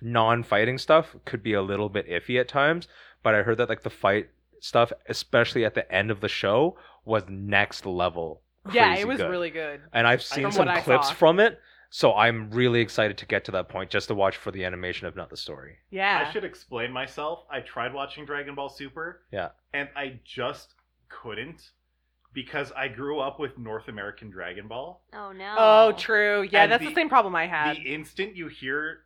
non-fighting stuff, could be a little bit iffy at times. But I heard that like the fight stuff, especially at the end of the show, was next level. Yeah, crazy it was good really good. and I've seen From some what I clips saw. from it, so I'm really excited to get to that point just to watch for the animation, if not the story. Yeah. I should explain myself. I tried watching Dragon Ball Super. Yeah. And I just couldn't because I grew up with North American Dragon Ball. Oh no. Oh, true. Yeah, And that's the- the same problem I had. The instant you hear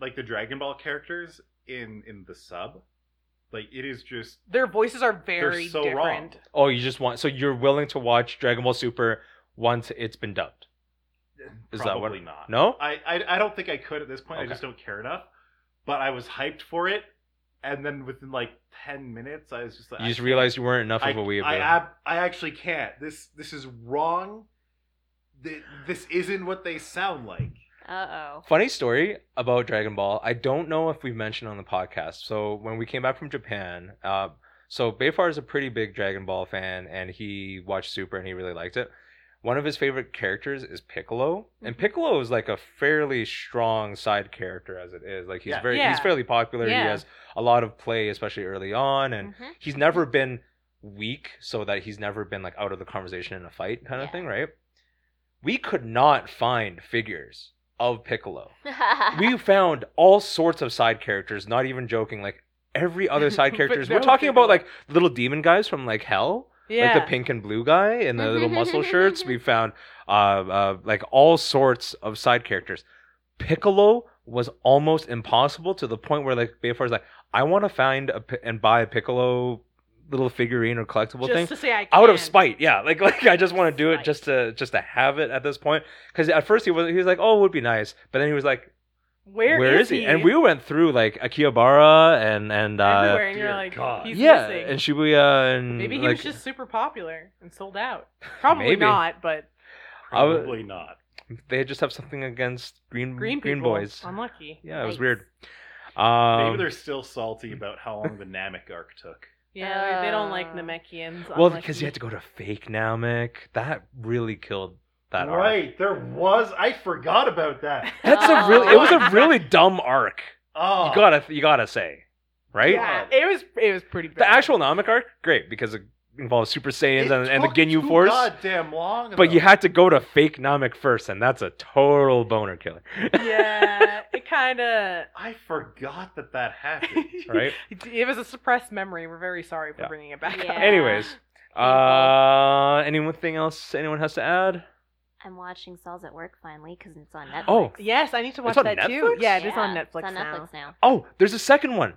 like the Dragon Ball characters in in the sub, like it is just Their voices are they're very so wrong. different. Oh, you just want so you're willing to watch Dragon Ball Super once it's been dubbed? Is that what- Probably not. No, I, I I don't think I could at this point. I Okay. just don't care enough. But I was hyped for it, and then within like ten minutes, I was just like, you just I can't. realized you weren't enough I, of a weeb. I, ab- I actually can't. This this is wrong. Th- This isn't what they sound like. Uh oh. Funny story about Dragon Ball. I don't know if we've mentioned on the podcast. So when we came back from Japan, uh, so Bayfar is a pretty big Dragon Ball fan, and he watched Super and he really liked it. One of his favorite characters is Piccolo, and Mm-hmm. Mhm. Piccolo is like a fairly strong side character as it is. Like he's Yeah. very Yeah. he's fairly popular. He Yeah. Mm-hmm. has a lot of play, especially early on, and Mhm. he's never been weak so that he's never been like out of the conversation in a fight kind of Yeah. thing, right? We could not find figures of *laughs* Piccolo Mm-hmm. *laughs* we found all sorts of side characters, not even joking, like every *laughs* other side But characters. no We're talking about people. like little demon guys from like hell. Yeah. Mm-hmm. Like the pink and blue guy and the little muscle shirts. *laughs* We found uh, uh like all sorts of side characters. Piccolo was almost impossible to the point where like Bayfar's like, I want to find a pi- and buy a Piccolo little figurine or collectible just thing to say I can. out of spite. Yeah, like *laughs* like I just want to do it Spite. just to just to have it at this point. Because at first he was he was like, oh, it would be nice, but then he was like, where is, he? And we went through like Akihabara and and uh, everywhere, and you're dear like, God. he's yeah, missing. and Shibuya and Maybe he like, was just super popular and *laughs* sold out. Probably Maybe. not, but I would- Probably not. they just have something against green green Mm, green, people, boys. Unlucky. Yeah, it was Yikes. weird. Um, Maybe they're still salty about how long the Namek arc took. Yeah, they- they don't like Uh, Namekians. well unlucky. because you had to go to fake Namek. That really killed that arc. right, there was. I forgot about that. That's a Oh. really it was a really dumb arc. Oh, You gotta you gotta say, right? Yeah. It was it was pretty bad. The actual Namek arc, great because it involves Super Saiyans and, and the took Ginyu too Force. Goddamn long. But you though. had to go to fake Namek first, and that's a total boner killer, *laughs* Yeah, it kind of. I forgot that that happened. *laughs* right? *laughs* It was a suppressed memory. We're very sorry for Yeah. bringing it back Yeah. up. Anyways, uh, anything else anyone has to add? I'm watching Saul's at Work finally because it's on Netflix. Oh, Yes, I need to watch on that too. Netflix? Yeah, it is on Netflix It's on now. Netflix now. oh, there's a second one.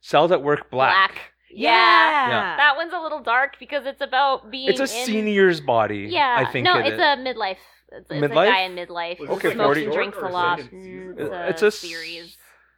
Cells at Work Black. Yeah. Yeah. Yeah. That one's a little dark because it's about being. It's a in- senior's body. Yeah. I think No, it it's is. a midlife. It's, it's Midlife? a guy in midlife. Was who this Okay, like a smokes 40? and drinks a short or lot. second Mm, season? It's a, It's a s- series.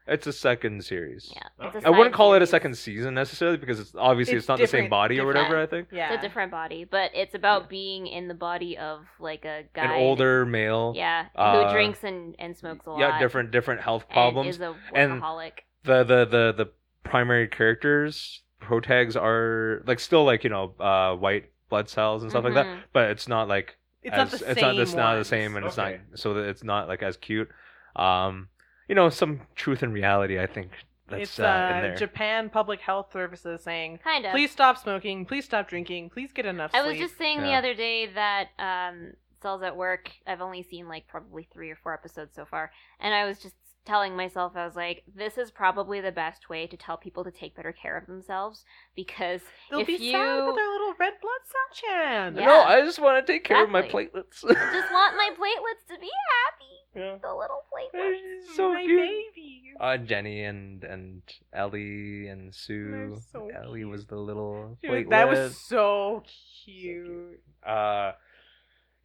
It's a second series. Yeah. It's a I wouldn't side call it a series. second season necessarily because it's obviously it's, It's not the same different- body or whatever. I different. think Yeah. It's a different body, but it's about being in the body of like a guy. an older male. Yeah. uh, who drinks and, and smokes a lot. yeah, different different health and problems. Is a and- workaholic. the the the the primary characters protags are like still like you know uh, white blood cells and stuff like Mm-hmm. that, but it's not like It's as, not the same. it's not it's not the ones. same and Okay. it's not so that it's not like as cute. Um, you know, some truth and reality. I think that's It's uh, in uh, there. Japan Public Health Services saying, Kind of. please stop smoking, please stop drinking, please get enough I sleep. was just saying the Yeah. other day that um, Cells at Work, I've only seen like probably three or four episodes so far. And I was just telling myself, I was like, this is probably the best way to tell people to take better care of themselves because They'll if be you sad with their little red blood cell chan. Yeah. No, I just want to take care Exactly. of my *laughs* platelets. I just want my platelets to be happy, yeah. the little platelets. It's so My cute. baby. Uh, Jenny and and Ellie and Sue. so Ellie cute. was the little Dude, that platelet. was so cute. uh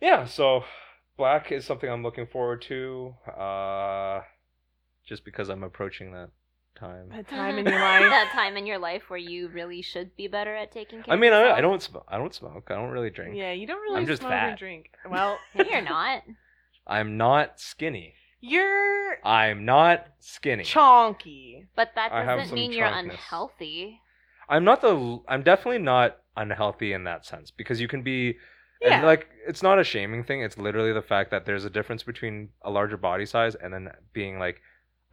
yeah so black is something i'm looking forward to uh just because i'm approaching that time That *laughs* time in your *laughs* life. that time in your life where you really should be better at taking care i mean of I, yourself. I don't smoke i don't smoke i don't really drink yeah, you don't really I'm just smoke fat. and drink. Well, No, *laughs* you're not. i'm not skinny You're i'm not skinny chonky. But that I have doesn't some mean you're chonkness. unhealthy. i'm not the i'm definitely not unhealthy in that sense because you can be Yeah. and like it's not a shaming thing it's literally the fact that there's a difference between a larger body size and then being like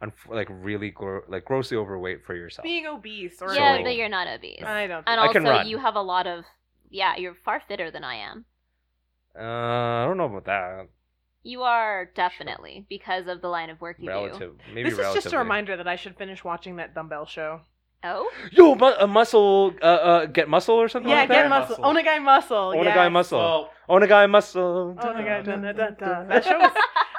unf- like really gro- like grossly overweight for yourself being obese or yeah, So- but you're not obese. I don't. and I also, can run. you have a lot of. Yeah, you're far fitter than I am. uh, i don't know about that You are definitely because of the line of work you do. relative. Maybe This is relatively. just a reminder that I should finish watching that dumbbell show. Oh, Yo, mu- a muscle, uh, uh, get muscle or something yeah, like get that. muscle. Muscle. Onagai muscle. Onagai yes. muscle. Well, Onagai muscle. Onagai Oh dun, dun, dun, *laughs* dun. That show. Was,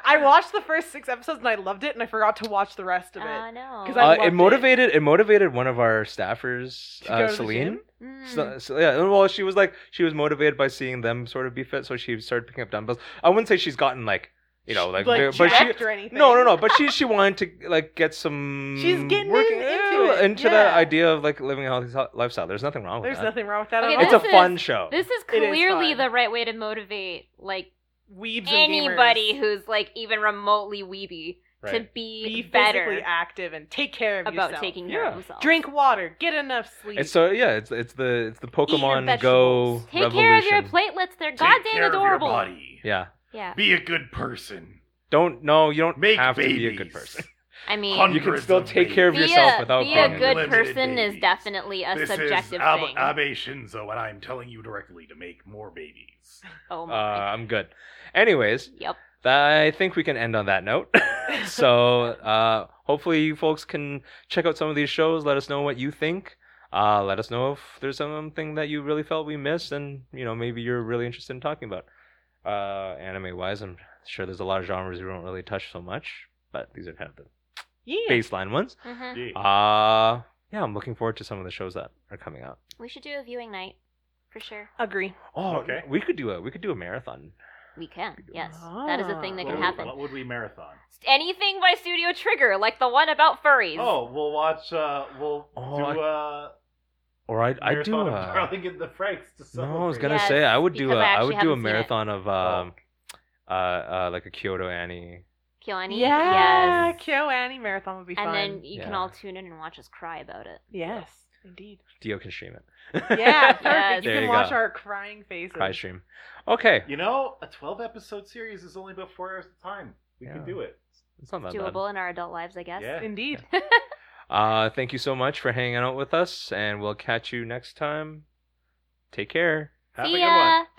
I watched the first six episodes and I loved it, and I forgot to watch the rest of it. oh no. 'Cause I Uh, loved it it. motivated. It. motivated one of our staffers, To go uh, to the Celine. gym? Mm. So, so- yeah, well, she was like she was motivated by seeing them sort of be fit, so she started picking up dumbbells. I wouldn't say she's gotten like you know like, like big- but she jacked or anything. no no no, but she she wanted to like get some She's getting in- into yeah, it, into that yeah. idea of like living a healthy so- lifestyle. There's nothing wrong with There's that. nothing wrong with that. Okay, at Uh, It's a all. This is- fun show. This is It is clearly fun. the right way to motivate like weebs and anybody gamers. who's like even remotely weeby to right. be, be better physically active and take care of about yourself. taking care Yeah. of themselves. drink water, get enough sleep. It's *laughs* so yeah, it's it's the it's the Pokemon Go vegetables. Take revolution. care of your platelets; they're take goddamn care adorable. Of your body. Yeah. Yeah, Be a good person. Don't no, you don't Make have babies. to be a good *laughs* person. I mean, Hundreds You can still of take care of be yourself a, without be being a good Limited person is babies. definitely a this subjective is Ab- thing. Abe Shinzo, and I'm telling you directly to make *laughs* more babies. oh Uh, my. I'm good. Anyways, yep. th- I think we can end on that *laughs* note. so uh, hopefully you folks can check out some of these shows. Let us know what you think. Uh, let us know if there's something that you really felt we missed, and you know maybe you're really interested in talking about. Uh, anime wise, I'm sure there's a lot of genres we don't really touch so much, but these are kind of the yeah. baseline ones. Mhm. Yeah. Uh yeah, I'm looking forward to some of the shows that are coming out. We should do a viewing night for sure. Agree. Oh, Okay. We could do a we could do a marathon. We can. We could do Yes. That is a thing that What can would- happen. What would we marathon? Anything by Studio Trigger, like the one about furries. Oh, we'll watch. Uh, we'll Oh, do. I- uh, Or I'd I'd do marathon of *laughs* a Darling in the Franks. To no. I was celebrate. gonna Yes, say I would do a because I I, actually would do a haven't seen it. marathon of um uh, uh like a Kyoto Annie. Kyoani. Yeah, Yes. KyoAni marathon would be And fun. then you can Yeah. all tune in and watch us cry about it. yes, indeed. Dio can stream it. *laughs* Yeah, *laughs* perfect. Yes. You There can you watch go. our crying faces. Cry stream. Okay, You know, a 12 episode series is only about four hours of time. We Yeah. can do it. it's not that Doable in our adult lives, I guess. Yeah. Indeed. bad. Uh, thank you so much for hanging out with us, and we'll catch you next time. Take care. Have See a good ya. one.